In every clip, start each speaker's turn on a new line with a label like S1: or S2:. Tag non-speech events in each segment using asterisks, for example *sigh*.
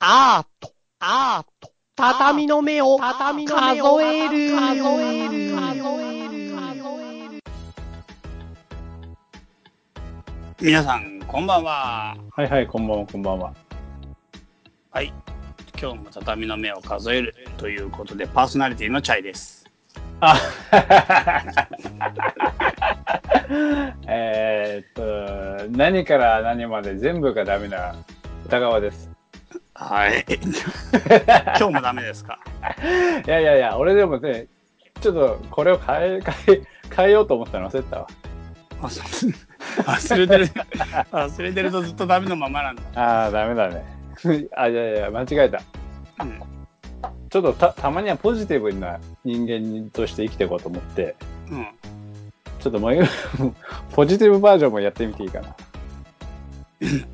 S1: アート、アート、畳の目を、畳の目を数える、数える、
S2: 皆さん、こんばんは。
S3: はいはい、こんばんは、こんばんは。
S2: はい。今日も畳の目を数えるということで、パーソナリティのチャイです。
S3: あ *laughs* えーっと、何から何まで全部がダメな歌川です。
S2: はい。 *laughs* 今日もダメですか。 *laughs*
S3: いやいやいや、俺でもね、ちょっとこれを変え、変え、変えようと思ったの忘れてたわ。
S2: あそう忘れてる。 *laughs* 忘れてるとずっとダメのままなんだ。
S3: ああ、ダメだね。 *laughs* あ、いやいや、間違えた。
S2: うん
S3: ちょっとた、たまにはポジティブな人間として生きていこうと思って、
S2: うん。
S3: ちょっともう、 *laughs* ポジティブバージョンもやってみていいかな。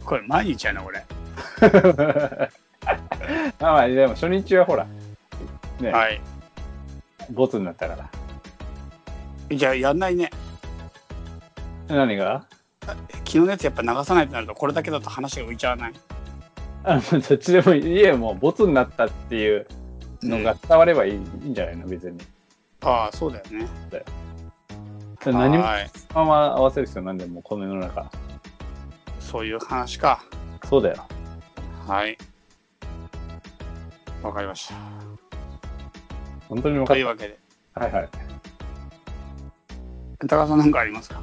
S2: これ、毎日やな、これ。
S3: ま *laughs* あまあ、でも初日はほら、ね、
S2: はい。
S3: ボツになったから。
S2: じゃあ、やんないね。
S3: 何が *laughs*
S2: 昨日のやつやっぱ流さないとなると、これだけだと話が浮いちゃわない。
S3: あのどっちでもいいいえもうボツになったっていうのが伝わればいい,、ん、いいんじゃないの別に
S2: ああ、そうだよね。
S3: 何も
S2: はい
S3: そのまま合わせる必要なんでもうこの世の中
S2: そういう話か。
S3: そうだよ
S2: はい。わかりました。
S3: 本当に分か
S2: と
S3: っ
S2: いうわけで、
S3: たはいはい
S2: 高田さんなんかありますか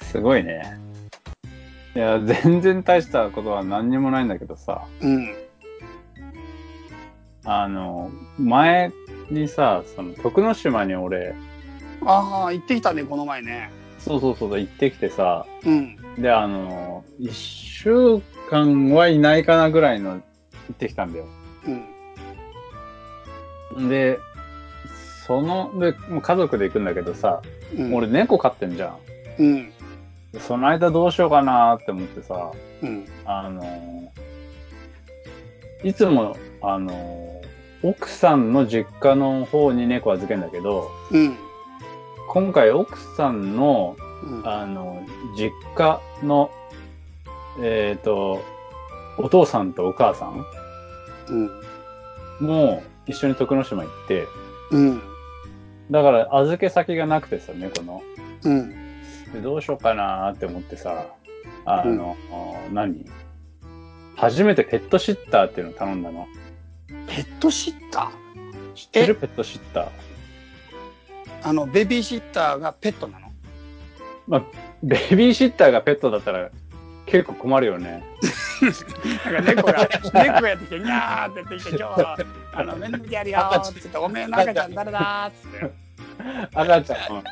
S3: すごい *laughs* ねいや全然大したことは何にもないんだけどさ
S2: うん。
S3: あの前にさその徳之島に俺
S2: ああ、行ってきたね、この前ね。
S3: そうそうそう行ってきてさ
S2: うん。
S3: であの1週間はいないかなぐらいの行ってきたんだよ
S2: うん。
S3: で、その、で、もう家族で行くんだけどさ、
S2: うん、
S3: 俺猫飼ってんじゃ
S2: う
S3: ん。
S2: ん。
S3: でその間どうしようかなーって思ってさ、
S2: うん。
S3: あのーいつも、あのー奥さんの実家の方に猫預けんだけど、
S2: うん。
S3: 今回奥さんの、
S2: うん。
S3: あの、実家の、えっ、と、お父さんとお母さん
S2: うん。
S3: も一緒に徳之島行って、
S2: うん。
S3: だから預け先がなくてさ、猫の。
S2: うん。
S3: でどうしようかなーって思ってさあの、あー何初めてペットシッターっていうのを頼んだの
S2: ペットシッタ
S3: 知ってるペットシッター
S2: ーあの、ベビーシッターがペットなの。
S3: ベビーシッターがペットだったら結構困るよね
S2: なんか猫 *laughs* が、猫がやってきて、にゃーってやってきて、今日は、あの、面倒見てやるよーって言って、おめえの赤ちゃん誰だーって言って。
S3: 赤ちゃんの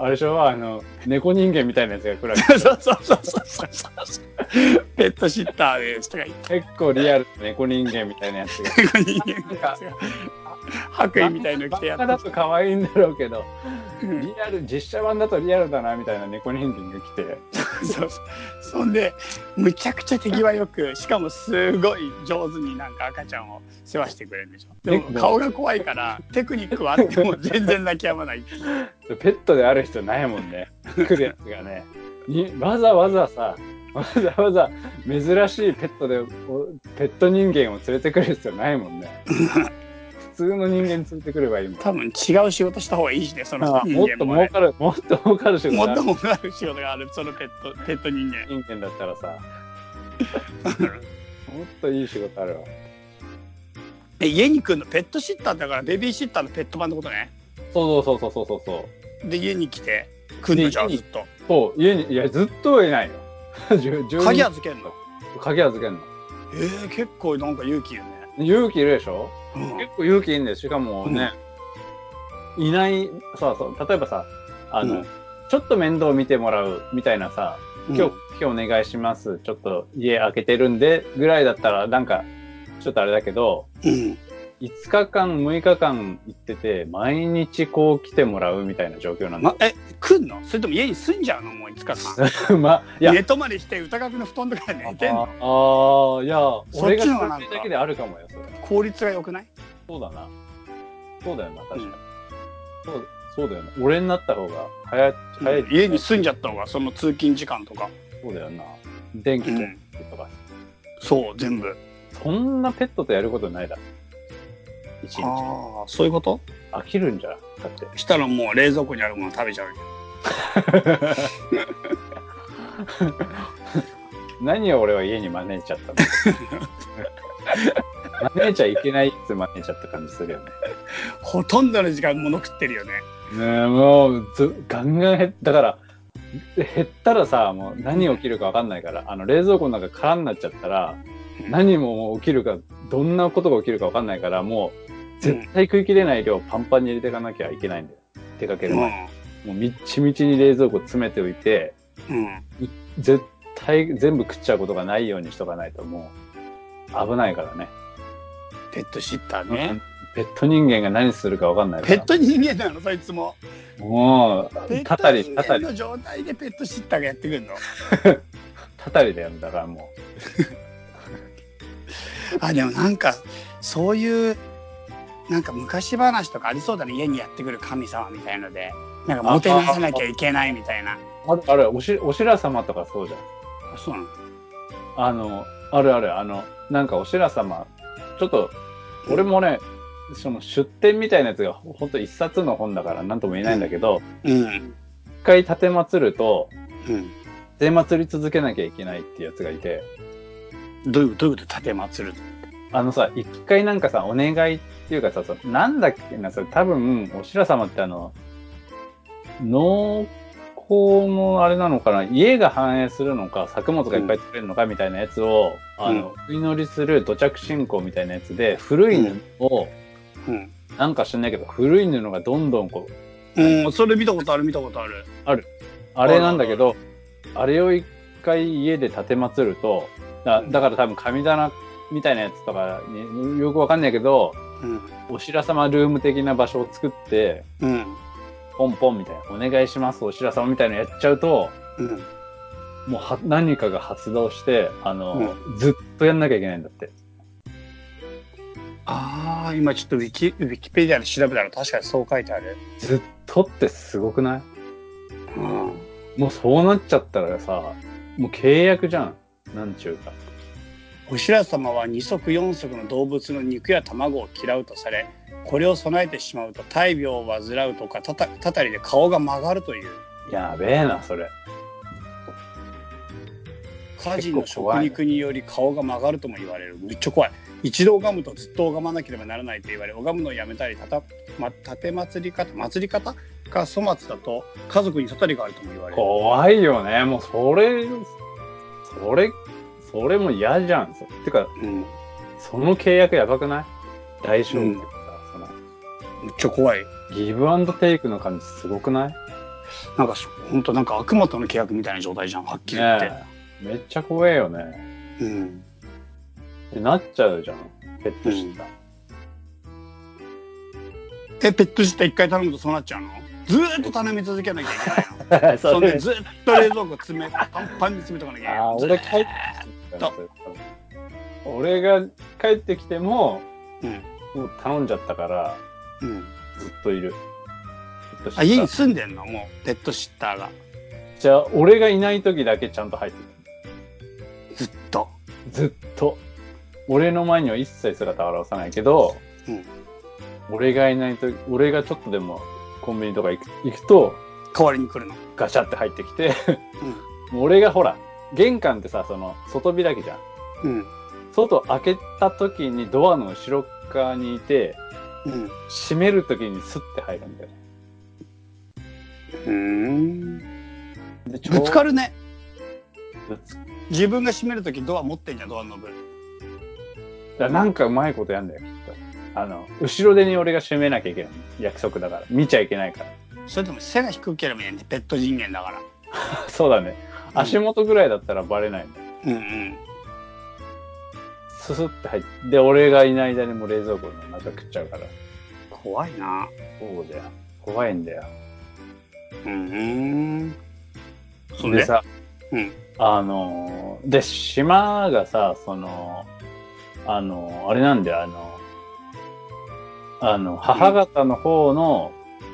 S3: あれでしょあの猫人間みたいなやつが来るわ
S2: そうそうそうそうそう。ペットシッターで人がいて、
S3: け結構リアルな猫人間みたいなやつが
S2: ここに人間が白衣みたいの着てや
S3: バ
S2: っ
S3: カ
S2: てき
S3: だと
S2: て。
S3: 可愛いんだろうけど
S2: うん
S3: リアル実写版だとリアルだなみたいな猫人間が来て
S2: そうそうそんでむちゃくちゃ手際よくしかもすごい上手になんか赤ちゃんを世話してくれるんでしょでも
S3: ね
S2: 顔が怖いからテクニックはあっても全然泣き止まない
S3: ペットである人ないもんね。来るやつがね。にわざわざさ、わざわざ珍しいペットで、おペット人間を連れてくる必要ないもんね。普通の人間連れてくればいいもん。
S2: 多分違う仕事した方がいいしねその
S3: あ
S2: 人
S3: もっ
S2: 間
S3: と
S2: も
S3: 儲
S2: ね
S3: かる、もっと儲かる仕
S2: も
S3: 事
S2: っ
S3: だ
S2: ともある仕事があるそのペットペット人間
S3: 人間だった
S2: *laughs*
S3: らさ、もっといい仕事あるわ。
S2: え家に来るのペットシッターだからベビーシッターのペット版のことね
S3: そうそうそうそうそうそう。
S2: で家に来て来るのじゃあ
S3: で
S2: ず
S3: 家
S2: っと
S3: そう、家に、いや、ずっとはいないよ。 *laughs* 住住人
S2: 鍵預けんの
S3: 鍵預けんの。
S2: えー、結構なんか勇気いるね、
S3: 勇気いるでしょ
S2: うん
S3: 結構勇気いいんですしかもね、いないさそう例えばさあの、
S2: うん
S3: ちょっと面倒見てもらうみたいなさ「今日、今日お願いしますちょっと家開けてるんで」ぐらいだったらなんかちょっとあれだけど
S2: うん
S3: 5日間6日間行ってて毎日こう来てもらうみたいな状況なんだ
S2: ま、え来んのそれとも家に住んじゃうのもう5日間
S3: *laughs* まあいや
S2: 寝泊まりして歌楽の布団とかで寝てん
S3: あ
S2: の
S3: あーいや
S2: そっ
S3: 俺が
S2: ちの方が
S3: それだけであるかもよそれ
S2: 効率が良くない
S3: そうだなそうだよな確かに、
S2: うん
S3: そうそうだよな俺になった方が早い早い、
S2: 家に住んじゃった方がその通勤時間とか、
S3: そうだよな。電気
S2: うん
S3: とか、
S2: そう、全部。
S3: そんなペットとやることないだろ。一日。
S2: ああ、そういうこと
S3: 飽きるんじゃん。だって。
S2: したらもう冷蔵庫にあるもの食べちゃうよ。
S3: 何を俺は家に招いちゃったの
S2: *laughs*
S3: 招いちゃいけないっつ招いちゃった感じするよね。
S2: ほとんどの時間物食ってるよね。
S3: ねえもうずガンガン減っだから減ったらさもう何起きるか分かんないからあの冷蔵庫の中空になっちゃったら
S2: うん
S3: 何も起きるかどんなことが起きるか分かんないからもう絶対食い切れない量パンパンに入れていかなきゃいけないんだよ出かける
S2: う
S3: 前
S2: ん。
S3: もうみっちみちに冷蔵庫詰めておいて
S2: うん。
S3: 絶対全部食っちゃうことがないようにしとかないともう危ないからね
S2: ペットシッターね。
S3: ペット人間が何するか分かんないから
S2: ペット人間なの、そいつも。
S3: も
S2: ペ
S3: う
S2: ッ
S3: た
S2: ト
S3: たり
S2: 人
S3: たた
S2: 間
S3: り
S2: の状態でペットシッターがやってくるの。
S3: たたりだよだからもう。
S2: あ、でもなんか、そういう、なんか昔話とかありそうだね。家にやってくる神様みたいので。なんかもてなさなきゃいけないみたいな。
S3: あるあるおし、おしら様とかそうじゃん。
S2: あそうなの
S3: あの、あるある、あの、なんかおしら様、ちょっと、俺もね、その出典みたいなやつがほほんと一冊の本だから何とも言えないんだけど、
S2: うん。
S3: 一回立てまつると、
S2: うん。
S3: 立てまつり続けなきゃいけないっていうやつがいて、
S2: どういう、どういうこと立てまつる
S3: あのさ、一回なんかさ、お願いっていうかさ、そのなんだっけな、それ多分、おしら様ってあの、農耕のあれなのかな、家が繁栄するのか、作物がいっぱい取れるのかみたいなやつを、あの、お祈りする土着信仰みたいなやつで、古い布を、
S2: うん。
S3: なんか知んないけど、古い布がどんどんこう、
S2: うん、それ見たことある見たことある。
S3: あれなんだけど、あれを一回家で立てまつると、だだから多分神棚みたいなやつとかに、よくわかんないけど、
S2: うん。
S3: おしらさまルーム的な場所を作って、
S2: うん。
S3: ポンポンみたいな、お願いします、おしらさまみたいなのやっちゃうと、
S2: うん。
S3: もうは何かが発動して、あの、ずっとやんなきゃいけないんだって。
S2: ああ、今ちょっとウィキ、ウィキペディアで調べたら確かにそう書いてある。
S3: ずっとってすごくない
S2: うん。
S3: もうそうなっちゃったらさ、もう契約じゃん。なんちゅうか。
S2: おしら様は二足四足の動物の肉や卵を嫌うとされ、これを備えてしまうと大病を患うとか、たたたたりで顔が曲がるという。
S3: やべえな、それ。
S2: 家人の
S3: 結構怖
S2: 食
S3: いね
S2: 肉により顔が曲がるとも言われる。めっちゃ怖い。一度拝むとずっと拝まなければならないと言われ、拝むのをやめたり、たた、ま、立て祭り方、祭り方が粗末だと、家族にたたりがあるとも言われる。
S3: 怖いよね。もうそれ、それ、それも嫌じゃん。そてか、
S2: うん。め
S3: その契約やばくない大勝負っていうかさ、その、
S2: っちゃ怖い。
S3: ギブアンドテイクの感じすごくない
S2: なんかそ、本当なんか悪魔との契約みたいな状態じゃん、はっきり言って。
S3: ねえめっちゃ怖えよね。
S2: うん。
S3: ってなっちゃうじゃん。ペットシッター。
S2: え、ペットシッター一回頼むとそうなっちゃうのずーっと頼み続けなきゃいけない
S3: *laughs*
S2: の。そん *laughs* でずっと冷蔵庫詰め、パンパンに詰めとかなきゃいけない
S3: ああ、
S2: の。
S3: 俺帰ってきた俺が帰ってきても、
S2: うん。
S3: もう頼んじゃったから、
S2: うん。
S3: ずっといる。ペットシッタ
S2: あ、
S3: ー
S2: 家に住んでんのもう、ペットシッターが。
S3: じゃあ、俺がいない時だけちゃんと入ってくる。
S2: ずっと。
S3: ずっと。俺の前には一切姿を現さないけど、
S2: うん
S3: 俺がいないと、俺がちょっとでもコンビニとか行く行くと、
S2: 代わりに来るの。
S3: ガシャって入ってきて、もう俺がほら、玄関ってさ、その、外開きじゃん。
S2: うん。うん。
S3: 外開けた時にドアの後ろ側にいて、
S2: うん。
S3: 閉める時にスッて入るんだよね。
S2: うん。
S3: でちょう
S2: ぶつかるね。
S3: ぶつか
S2: 自分が閉めるときドア持ってんじゃん、ドアノブ。
S3: だなんかうまいことやんだよ、きっと。あの、後ろ手に俺が閉めなきゃいけない。約束だから。見ちゃいけないから。 *laughs*
S2: それとも背が低ければいいね。ペット人間だから。
S3: そうだね。足元ぐらいだったらバレないんだよ。
S2: うんうん。
S3: ススって入って。で、俺がいない間にもう冷蔵庫の中食っちゃうから。
S2: 怖いな。
S3: そうだよ。怖いんだよ。
S2: うん。そん
S3: で
S2: で
S3: さ、
S2: うん
S3: あのー、で、島がさ、その、あのー、あれなんだよ、あの、あの、母方の方の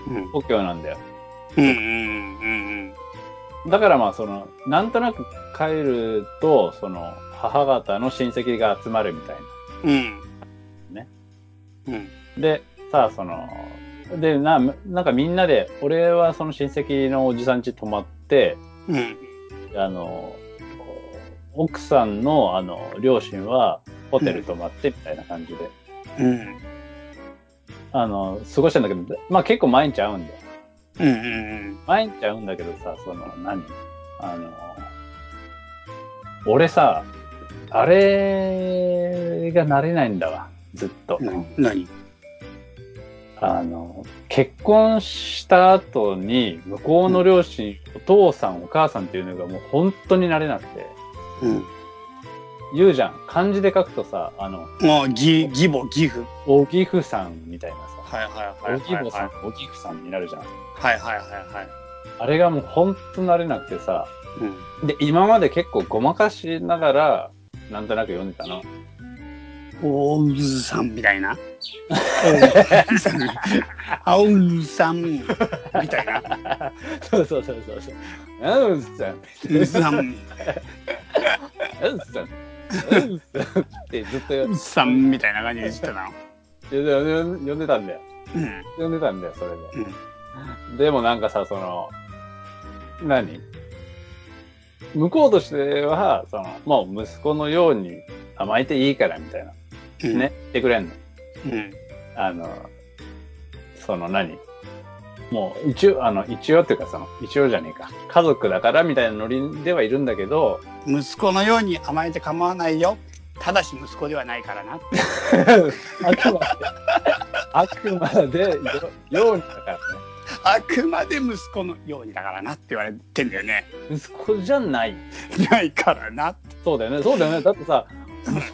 S2: うん。
S3: 故郷なんだよ。
S2: うんうんうんうん
S3: だからまあ、その、なんとなく帰ると、その、母方の親戚が集まるみたい
S2: うん。
S3: ね。
S2: うん。
S3: な。で、さあ、その、で、な、なんかみんなで、俺はその親戚のおじさん家泊まって、
S2: うん。
S3: あの、奥さんの、あの、両親はホテル泊まってみたいな感じで、
S2: うん。
S3: あの、過ごしたんだけど、まあ結構毎日会うんだよ。
S2: うん。うん。
S3: 毎日会うんだけどさ、その、何あの、俺さ、あれが慣れないんだわ、ずっと。
S2: 何何
S3: あの、結婚した後に、向こうの両親、お父さん、お母さんっていうのがもう本当に慣れなくて、
S2: うん。
S3: 言うじゃん、漢字で書くとさ、あの、
S2: ああ、ぎ、義母、義父。
S3: おぎふさんみたいなさ、
S2: はいはいは
S3: お
S2: い。
S3: ぎぼさ
S2: はい
S3: ん、おぎふさんになるじゃん。
S2: はいはいはい。
S3: あれがもう本当慣れなくてさ、
S2: うん。
S3: で、今まで結構ごまかしながら、なんとなく読んでたの。
S2: おうさんみたいな。おうさん。みたいな。
S3: *laughs* そうそうそうそうそう。うんさん、
S2: うさん。
S3: うんさん、うんさんってずっと
S2: うさんみたいな感じで言ってたの。
S3: 呼んでたんだよ。
S2: うん。
S3: 呼んでたんだよ、それで。でもなんかさ、その、何向こうとしては、その、もう息子のように甘えていいからみたいな。
S2: うん。
S3: ね。。言ってくれんの。
S2: うん。
S3: あの、その何もう一応、あの、一応っていうかその、一応じゃねえか。家族だからみたいなノリではいるんだけど、
S2: 息子のように甘えて構わないよ。ただし息子ではないからな。
S3: *laughs* あくまで、 *laughs* あくまでよ、ようにだから
S2: あくまで息子のようにだからなって言われてんだよね。
S3: ね。息子じゃない。
S2: ないからな。
S3: そうだよね、そうだよね。だってさ、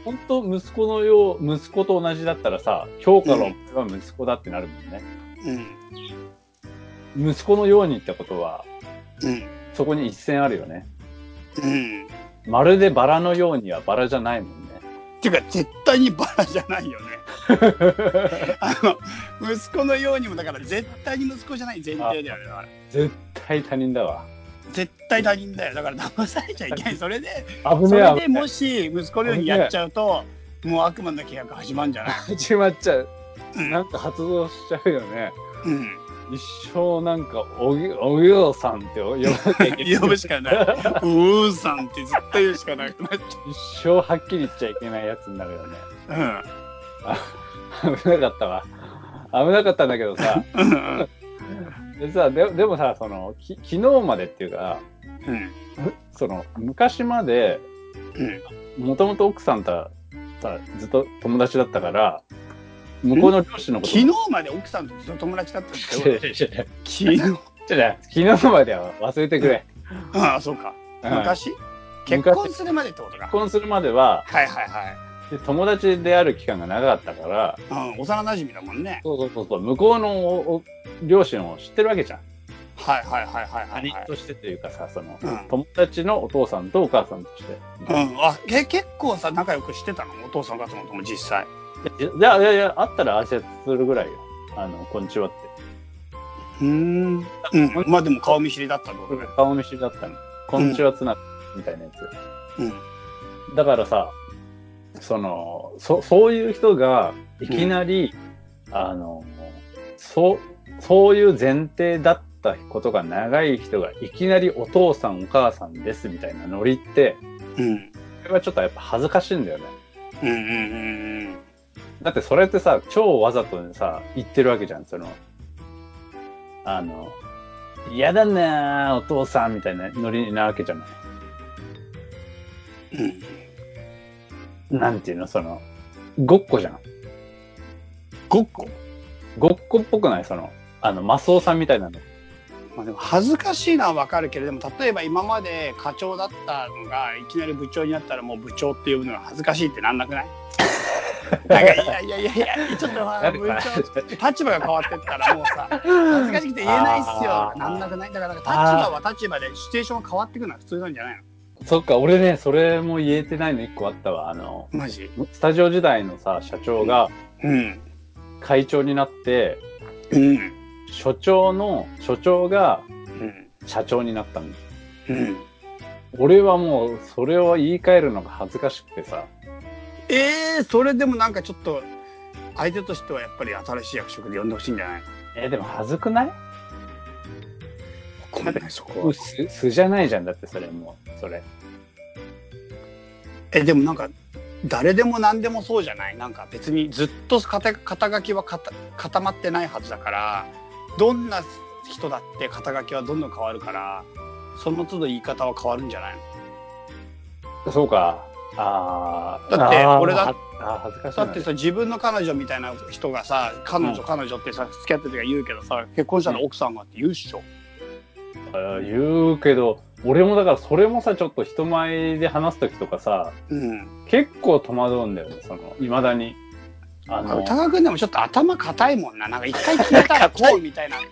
S3: 本当息子のよう、息子と同じだったらさ、評価のお前は息子だってなるもんね。
S2: うん。
S3: 息子のようにってことは、
S2: うん。
S3: そこに一線あるよね。
S2: うん。
S3: まるでバラのようにはバラじゃないもんね。
S2: っていうか絶対にバラじゃない *laughs* よね。あの息子のようにもだから絶対に息子じゃない前提だよね。だから
S3: 絶対他人だわ。
S2: 絶対他人だよ。だから騙されちゃいけ *laughs* ない。それでそ
S3: 危
S2: れ
S3: ねえ
S2: で
S3: 危ね
S2: もし息子のようにやっちゃうともう悪魔の契約始まるんじゃない。
S3: え。始まっちゃう。
S2: うん
S3: なんか発動しちゃうよね。
S2: うん。
S3: 一生なんか、おぎ、おぎょうさんって呼ばなきゃいけな
S2: *laughs*
S3: い。
S2: 呼ぶしかない。うーさんってずっと言うしかなくなっち
S3: 一生はっきり言っちゃいけないやつになるよね。
S2: ゃ
S3: 危なかったわ。危なかったんだけどさ、
S2: う。うん。うん
S3: でさ、ででもさ、その、き昨日までっていうか、
S2: うん。
S3: その、昔まで、
S2: うん。
S3: もともと奥さんとはさ、ずっと友達だったから、向こうの両親のこと
S2: 昨日まで奥さんとずっと友達だったんです
S3: 違
S2: よ。
S3: う
S2: *laughs*
S3: *laughs* 違う違う
S2: 昨日。
S3: 違う違う昨日までは忘れてくれ。
S2: ああ、そうか。
S3: うん
S2: 昔結婚するまでってことか
S3: 結。婚するまでは
S2: はいはいはい。
S3: で、友達である期間が長かったから、
S2: うん、幼馴染だもんね。
S3: そうそうそうそう、向こうのおお両親を知ってるわけじゃん。
S2: はいはいはいはいはい、
S3: 兄
S2: はい。
S3: としてというかさ、その、
S2: うん
S3: 友達のお父さんとお母さんとして。
S2: うん、あえ結構さ仲良くしてたのお父さんお母さんとも実際
S3: いやいやいや、あったら挨拶するぐらいよ。あの、こんにちはっ
S2: う
S3: て。
S2: ん、うん、まあでも顔見知りだったってことね
S3: 顔見知りだったの。こんにちはつな、みたいなやつ。
S2: うん
S3: だからさ、その、そ、そういう人が、いきなり、あの、そう、そういう前提だったことが長い人が、いきなりお父さんお母さんですみたいなノリって、
S2: うん
S3: これはちょっとやっぱ恥ずかしいんだよね。
S2: うんうんうん
S3: だってそれってさ、超わざとにさ、言ってるわけじゃん、その、あの、嫌だなぁ、お父さんみたいなノリなわけじゃない。
S2: うんうん
S3: なんていうの、その、ごっこじゃん。
S2: ごっこ、
S3: ごっこっぽくないその、あの、マスオさんみたいなの。
S2: まあ、でも恥ずかしいのはわかるけれども例えば今まで課長だったのがいきなり部長になったらもう部長って呼ぶのは恥ずかしいってなんなくないなんかいやいやいやいやちょっとまあ部長立場が変わってったらもうさ恥ずかしくて言えないっすよ
S3: あ。ー
S2: なんなくない。だからなんか立場は立場でシチュエーションが変わってくのは普通なんじゃない
S3: そっか、俺ね、それも言えてないの一個あったわ。あの、
S2: のマジ
S3: スタジオ時代のさ、社長が
S2: うん。
S3: 会長になって、
S2: うん。
S3: 所長の、所長が
S2: うん。
S3: 社長になったんです。
S2: うん。
S3: 俺はもう、それを言い換えるのが恥ずかしくてさ。
S2: えー、それでもなんかちょっと相手としてはやっぱり新しい役職で呼んでほしいんじゃない
S3: え、でも恥ずくない
S2: ごめんねそこ
S3: も
S2: は
S3: う素素じゃないじゃん。だってそれもう、それ。
S2: えでもなんか誰でも何でもそうじゃないなんか別にずっと肩肩書きは固固まってないはずだからどんな人だって肩書きはどんどん変わるからその都度言い方は変わるんじゃないの
S3: そうか。ああ。
S2: だって
S3: あー
S2: 俺だ
S3: はあー恥ずかしい
S2: だ
S3: な。
S2: ってさ自分の彼女みたいな人がさ彼女、
S3: うん
S2: 彼女ってさ付き合ってる時は言うけどさ結婚したら奥さんがって言うっしょ、
S3: あー言うけど、俺もだからそれもさ、ちょっと人前で話すときとかさ、
S2: うん、
S3: 結構戸惑うんだよね、その、いまだに。あの、
S2: 歌川君でもちょっと頭固いもんななんか一回決めたらこうみた *laughs* いなこ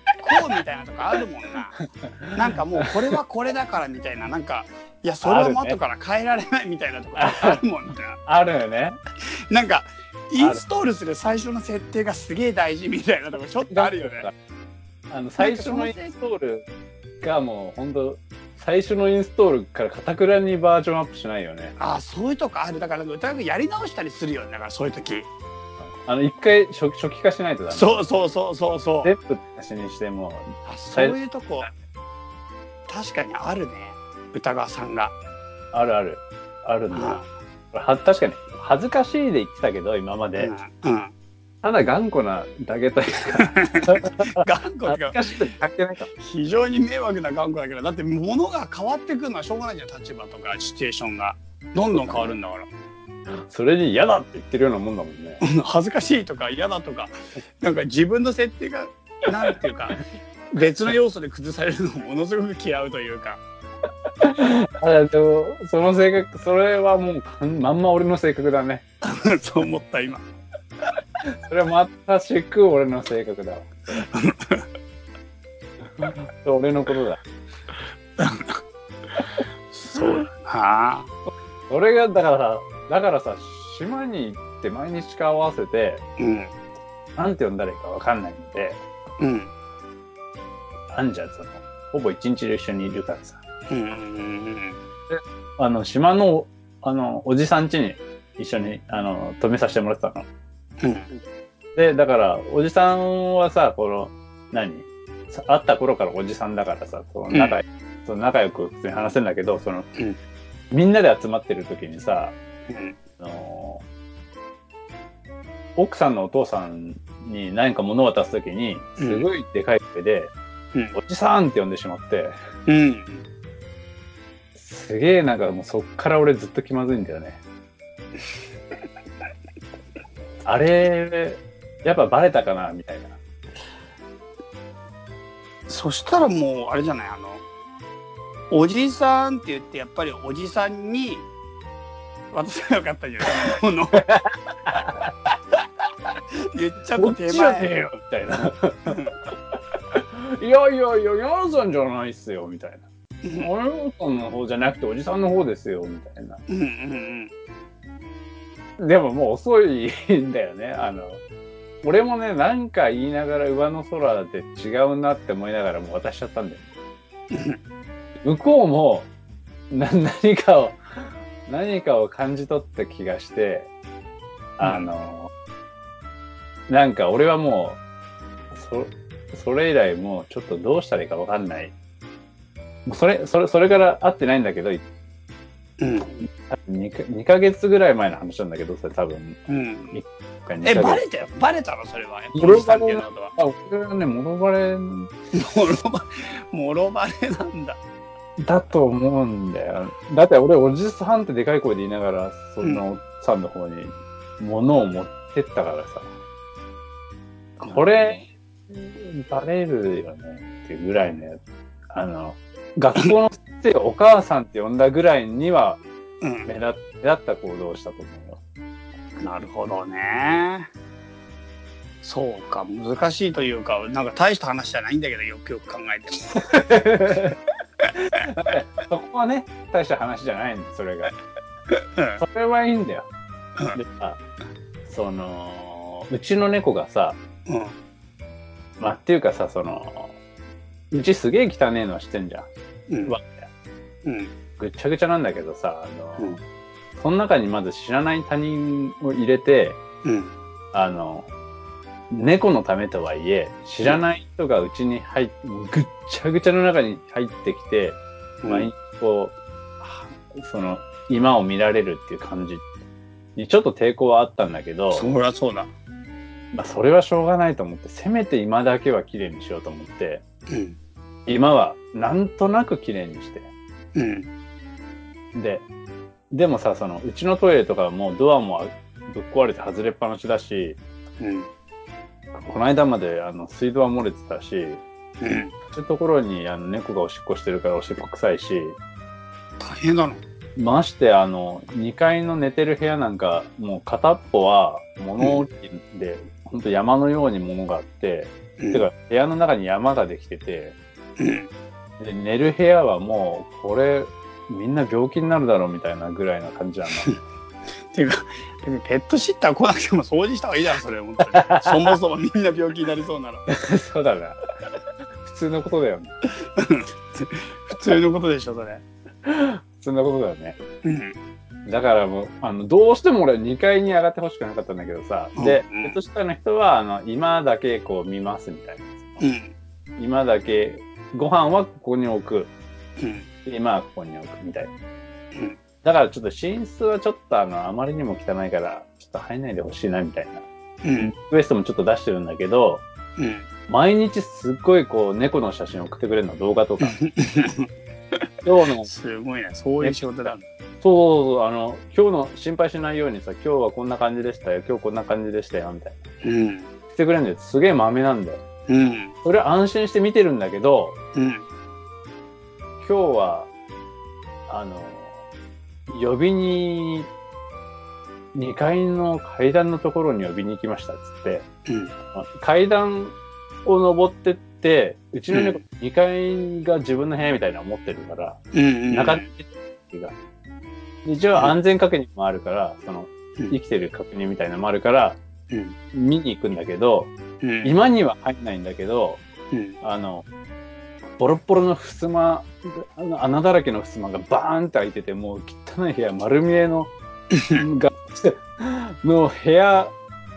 S2: うみたいなとかあるもんななんかもうこれはこれだからみたいななんかいやそれ
S3: あ
S2: は
S3: るね
S2: もう後から変えられないみたいなとかあるもんな
S3: あるよね。
S2: なんかインストールする最初の設定がすげえ大事みたいなとこちょっとあるよね。
S3: あの、最初のインストールがもう、ほんと、最初のインストールからかたくなにバージョンアップしないよね。
S2: ああそういうとこあるだから歌川君やり直したりするよねだからそういう時
S3: あの、一回初初期化しないとダメ。
S2: そうそうそうそうそう
S3: ステップなしにしても、
S2: あそういうとこ確かにあるね歌川さんが
S3: あるある。あるんだ
S2: あ。
S3: は確かに、恥ずかしいで言ってたけど、今まで。
S2: うん、うん、
S3: ただ頑固なだけというか、
S2: 頑固だ
S3: 恥ず
S2: けど
S3: かしいと関係ないかも。
S2: 非常に迷惑な頑固だけどだって物が変わってくるのはしょうがないじゃん立場とかシチュエーションがどんどん変わるんだから *laughs*
S3: それに嫌だって言ってるようなもんだもんね。
S2: 恥ずかしいとか嫌だとかなんか自分の設定がなんていうか *laughs* 別の要素で崩されるのをものすごく嫌うというか *laughs*
S3: あでもその性格、それはもうかんまんま俺の性格だね。
S2: そう思った今
S3: それはまさしく俺の性格だわ。 *laughs* 俺のことだ。
S2: そうだな
S3: それがだからさ、だからさ、島に行って毎日顔合わせて、
S2: うん
S3: なんて呼んだらいいかわかんないんで、
S2: うん
S3: あんじゃんその、ほぼ一日で一緒にいるからさ。
S2: うんうん
S3: あの、島の、あの、おじさん家に一緒に、あの、泊めさせてもらってたの。
S2: うん
S3: で、だから、おじさんはさ、この、何さ会った頃からおじさんだからさ、こ
S2: うん
S3: の仲,、その仲良く普通に話せるんだけど、その、
S2: うん
S3: みんなで集まってる時にさ、
S2: うん
S3: あの奥さんのお父さんに何か物を渡す時に、
S2: うん
S3: すごいでかい声で、
S2: うん
S3: おじさんって呼んでしまって、
S2: うん
S3: すげえなんかもうそっから俺ずっと気まずいんだ
S2: *laughs*
S3: よね。あれ、やっぱバレたかなみたいな。
S2: そしたらもうあれじゃないあのおじさんって言ってやっぱりおじさんに渡せばよかったんじゃないこの *laughs* 言っちゃっ
S3: こ
S2: た
S3: っ
S2: 手
S3: ちじゃねえ
S2: 前
S3: よみたいな。 *laughs* いやいやいや、山田さんじゃないっすよみたいな。山田さんの方じゃなくておじさんの方ですよみたいな。
S2: うんうんうん
S3: でももう遅いんだよね。あの、俺もね、なんか言いながら上の空で違うなって思いながらもう渡しちゃったんだよね。向こうも、な、何かを、何かを感じ取った気がして、あの、なんか俺はもう、そ、それ以来もうちょっとどうしたらいいかわかんない。もうそれ、それ、それから会ってないんだけど、
S2: うん
S3: 2か二ヶ月ぐらい前の話なんだけど、それ多分。
S2: うん
S3: 一回二
S2: え
S3: ヶ月
S2: バレたよバレたのそれはやっぱ
S3: もろ
S2: おじさ
S3: バ
S2: んってい
S3: レ
S2: う
S3: な
S2: のとは
S3: あ、俺はね、物バレ
S2: もろバレ *laughs* もろバレなんだ
S3: だと思うんだよ。だって俺、おじさんってでかい声で言いながら、そのおっさんの方に物を持ってったからさ、これバレるよねっていうぐらいのやつ。あの、学校の先生をお母さんって呼んだぐらいには
S2: うん
S3: 目立っ目立った行動をしたと思うよ。
S2: なるほどねそうか難しいというかなんか大した話じゃないんだけどよくよく考えても
S3: そこはね、大した話じゃないんだよそれが。
S2: うん
S3: それはいいんだよ
S2: う。
S3: でさ、その、うちの猫がさ、
S2: うん
S3: まあ、っていうかさ、その、うちすげえ汚ねえのはしてんじゃん。
S2: うん
S3: わ
S2: うん
S3: ぐぐっちゃぐちゃなんだけどさ、あの、
S2: うん
S3: その中にまず知らない他人を入れて、
S2: うん。
S3: あの、猫のためとはいえ、知らない人がうちに入っぐっちゃぐちゃの中に入ってきて、毎日こう、はその、今を見られるっていう感じにちょっと抵抗はあったんだけど、
S2: そりゃそうだ。
S3: まあ、それはしょうがないと思って、せめて今だけは綺麗にしようと思って、
S2: うん。
S3: 今はなんとなく綺麗にして。
S2: うん。
S3: で、でもさ、その、うちのトイレとかはもうドアもぶっ壊れて外れっぱなしだし、
S2: うん。
S3: この間まであの水道は漏れてたし、
S2: うん。
S3: そういうところにあの猫がおしっこしてるからおしっこ臭いし、
S2: 大変だな。
S3: ましてあの、2階の寝てる部屋なんか、もう片っぽは物置で、ほんと山のように物があって、
S2: うん
S3: てか部屋の中に山ができてて、
S2: うん。
S3: で寝る部屋はもう、これ、みんな病気になるだろうみたいなぐらいな感じなんだ。
S2: ていうか、ペットシッター来なくても掃除した方がいいだろ、それ、本当に。そもそもみんな病気になりそうなら。
S3: そうだな。普通のことだよね。
S2: 普通のことでしょ、それ。
S3: 普通のことだよね。
S2: うん。
S3: だからもう、あの、どうしても俺2階に上がってほしくなかったんだけどさ。で、
S2: うん
S3: ペットシッターの人は、あの、今だけこう見ますみたいな。
S2: うん。
S3: 今だけ、ご飯はここに置く。
S2: うん。
S3: 今はここに置くみたいな。
S2: うん
S3: だからちょっと寝室はちょっとあの、あまりにも汚いから、ちょっと入んないでほしいなみたいな。
S2: うん。
S3: ウエストもちょっと出してるんだけど、
S2: うん。
S3: 毎日すっごいこう、猫の写真送ってくれるの、動画とか。今日の
S2: すごいね。そういう仕事だ。
S3: そうそうそうあの、今日の心配しないようにさ、今日はこんな感じでしたよ、今日こんな感じでしたよ、みたいな。
S2: うん。
S3: してくれるんだよ。すげえマメなんだよ。
S2: うん。
S3: それは安心して見てるんだけど、
S2: うん。
S3: 今日は、あの、呼びに、2階の階段のところに呼びに行きましたっつって、
S2: うん。
S3: 階段を登ってって、うちの猫、2階が自分の部屋みたいなの持ってるから、
S2: うん。
S3: 中にが。一応安全確認もあるから、その、
S2: うん
S3: 生きてる確認みたいなのもあるから、
S2: うん。
S3: 見に行くんだけど、
S2: うん。
S3: 今には入んないんだけど、
S2: うん。
S3: あの、ボロッボロの襖、あの穴だらけの襖がバーンって開いてて、もう汚い部屋、丸見
S2: *laughs*
S3: えの、が、の部屋、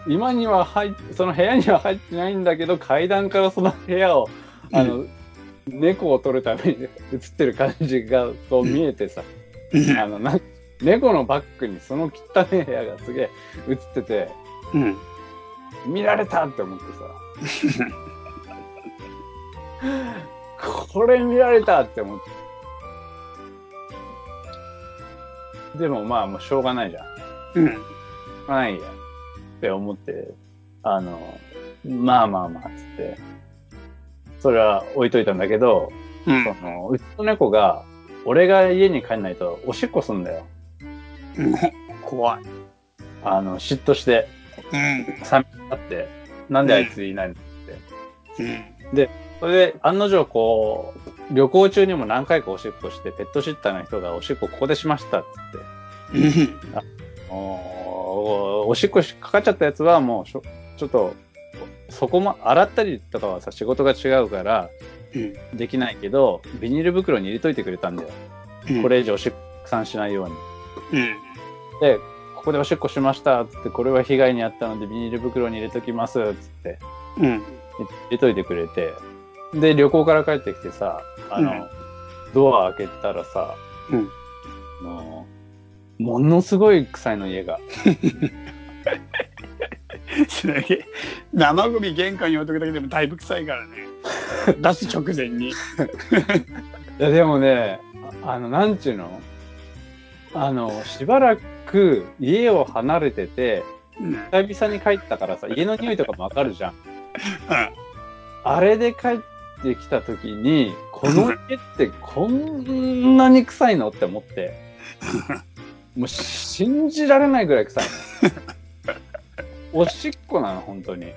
S3: 今には入っ、その部屋には入ってないんだけど、階段からその部屋を、あの、猫を撮るために *laughs* 映ってる感じが、こう見えてさ、
S2: うん。
S3: あの、なん猫のバッグにその汚い部屋がすげえ映ってて、
S2: うん。
S3: 見られたって思ってさ。これ見られたって思って。でもまあもうしょうがないじゃん。し
S2: うん。
S3: ょうがないや。って思って、あの、まあまあまあっつって、それは置いといたんだけど、
S2: うん
S3: そのうちの猫が、俺が家に帰んないとおしっこすんだよ。
S2: 怖い。
S3: あの、嫉妬して、
S2: うん。
S3: 寂しがって、なんであいついないの
S2: うん。
S3: それで、案の定、こう、旅行中にも何回かおしっこして、ペットシッターの人がおしっこここでしましたっつっ
S2: うん。
S3: て、おーおしっこしかかっちゃったやつはもうしょ、ちょっと、そこも洗ったりとかはさ、仕事が違うから、できないけど、ビニール袋に入れといてくれたんだよ。
S2: うん。
S3: こ。れ以上おしっこ拡散しないように。
S2: うん。
S3: で、ここでおしっこしましたっつって、これは被害に遭ったのでビニール袋に入れときますっつって、
S2: うん。
S3: 入れといてくれて、で、旅行から帰ってきてさ、あの、
S2: うん
S3: ドア開けたらさ、
S2: うん
S3: あのものすごい臭いの家が。
S2: すげえ生ゴミ玄関に置いとくだけでもだいぶ臭いからね出す直前に
S3: いや、でもね、ああの、なんちゅうのあの、しばらく家を離れてて、
S2: うん
S3: 久々に帰ったからさ、家の匂いとかもわかるじゃん。あれで帰ってきた時に、この家ってこんなに臭いのって思って。もう信じられないぐらい臭いの。おしっこなの、本当に。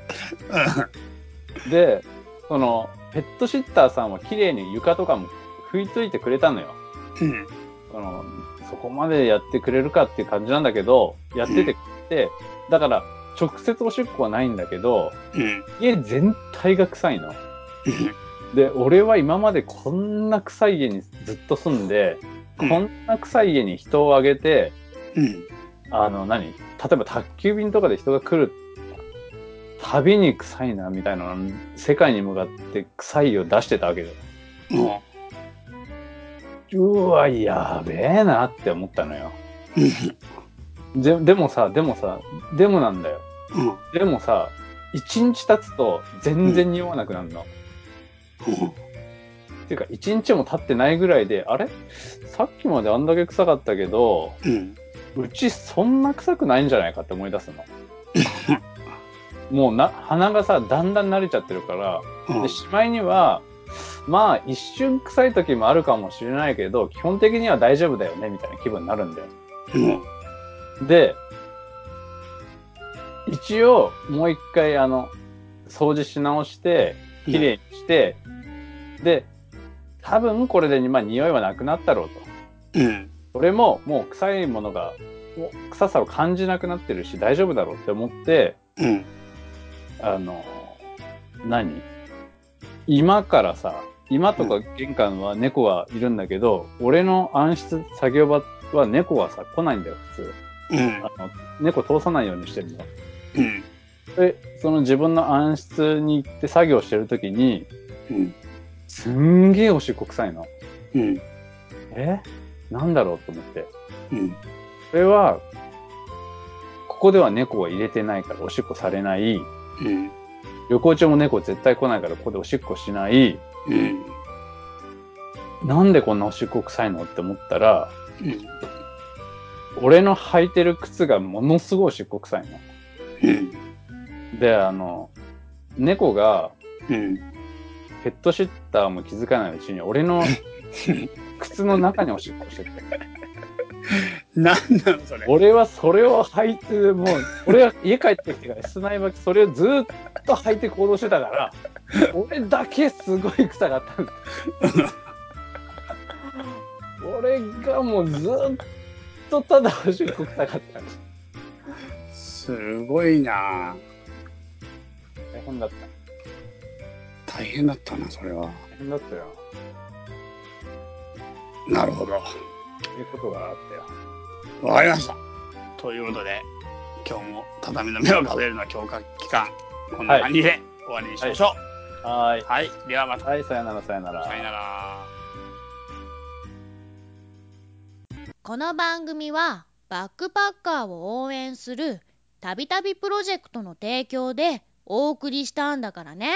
S3: で、その、ペットシッターさんは綺麗に床とかも拭いといてくれたのよ。
S2: うん
S3: その、そこまでやってくれるかっていう感じなんだけど、やっててくれて、だから、直接おしっこはないんだけど、
S2: うん
S3: 家全体が臭いの。で、俺は今までこんな臭い家にずっと住んで、
S2: うん
S3: こんな臭い家に人をあげて、
S2: うん。
S3: あの、何例えば宅急便とかで人が来るたびに臭いな、みたいな、世界に向かって臭いを出してたわけだよ。
S2: も
S3: うわ、やべえなって思ったのよ。
S2: う、うん。
S3: ででもさ、でもさ、でもなんだよ。
S2: うん。うん
S3: でもさ、一日経つと全然匂わなくなるの。っていうか、一日も経ってないぐらいで、あれさっきまであんだけ臭かったけど、
S2: うん。
S3: うちそんな臭くないんじゃないかって思い
S2: *laughs*
S3: 出すの。もうな、鼻がさ、だんだん慣れちゃってるから、
S2: うん
S3: で、しまいには、まあ、一瞬臭い時もあるかもしれないけど、基本的には大丈夫だよね、みたいな気分になるんだよ。
S2: うん。
S3: で、一応、もう一回、あの、掃除し直して、綺麗にして、で、多分これで、まあ、匂いはなくなったろうと。
S2: うん。
S3: 俺も、もう臭いものが、もう臭さを感じなくなってるし、大丈夫だろうって思って、
S2: うん。
S3: あの、何今からさ、今とか玄関は猫はいるんだけど、俺の暗室作業場は猫はさ、来ないんだよ、普通。
S2: うん。
S3: あの猫通さないようにしてるの。
S2: うん。
S3: で、その自分の暗室に行って作業してるときに、
S2: うん。
S3: すんげえおしっこ臭いの。
S2: うん。
S3: えなんだろうと思って。
S2: うん。
S3: それは、ここでは猫を入れてないからおしっこされない。
S2: うん。
S3: 旅行中も猫絶対来ないからここでおしっこしない。
S2: うん。
S3: なんでこんなおしっこ臭いのって思ったら、
S2: うん。
S3: 俺の履いてる靴がものすごいおしっこ臭いの。
S2: うん。
S3: で、あの、猫が
S2: うん。
S3: ペットシッターも気づかないうちに俺の靴の中におしっこしてて。
S2: なんなのそれ。
S3: 俺はそれを履いて、もう、俺は家帰ってきてから室内履き、それをずっと履いて行動してた *laughs* から、俺だけすごい臭かったんだ。俺がもうずっとただおしっこ臭かったんだ。
S2: すごいな
S3: 大変だった。
S2: 大変だったな、それは。
S3: 大変だったよ。
S2: なるほど。
S3: ということがあったよ。
S2: わかりました。ということで、今日も畳の目を数えるのは強化期間、こんな感じで終わりにしましょ。。
S3: はーいう
S2: はい、ではまた。
S3: はい、さよなら、さよなら。
S2: さよなら。
S4: この番組はバックパッカーを応援するたびたびプロジェクトの提供でお送りしたんだからね。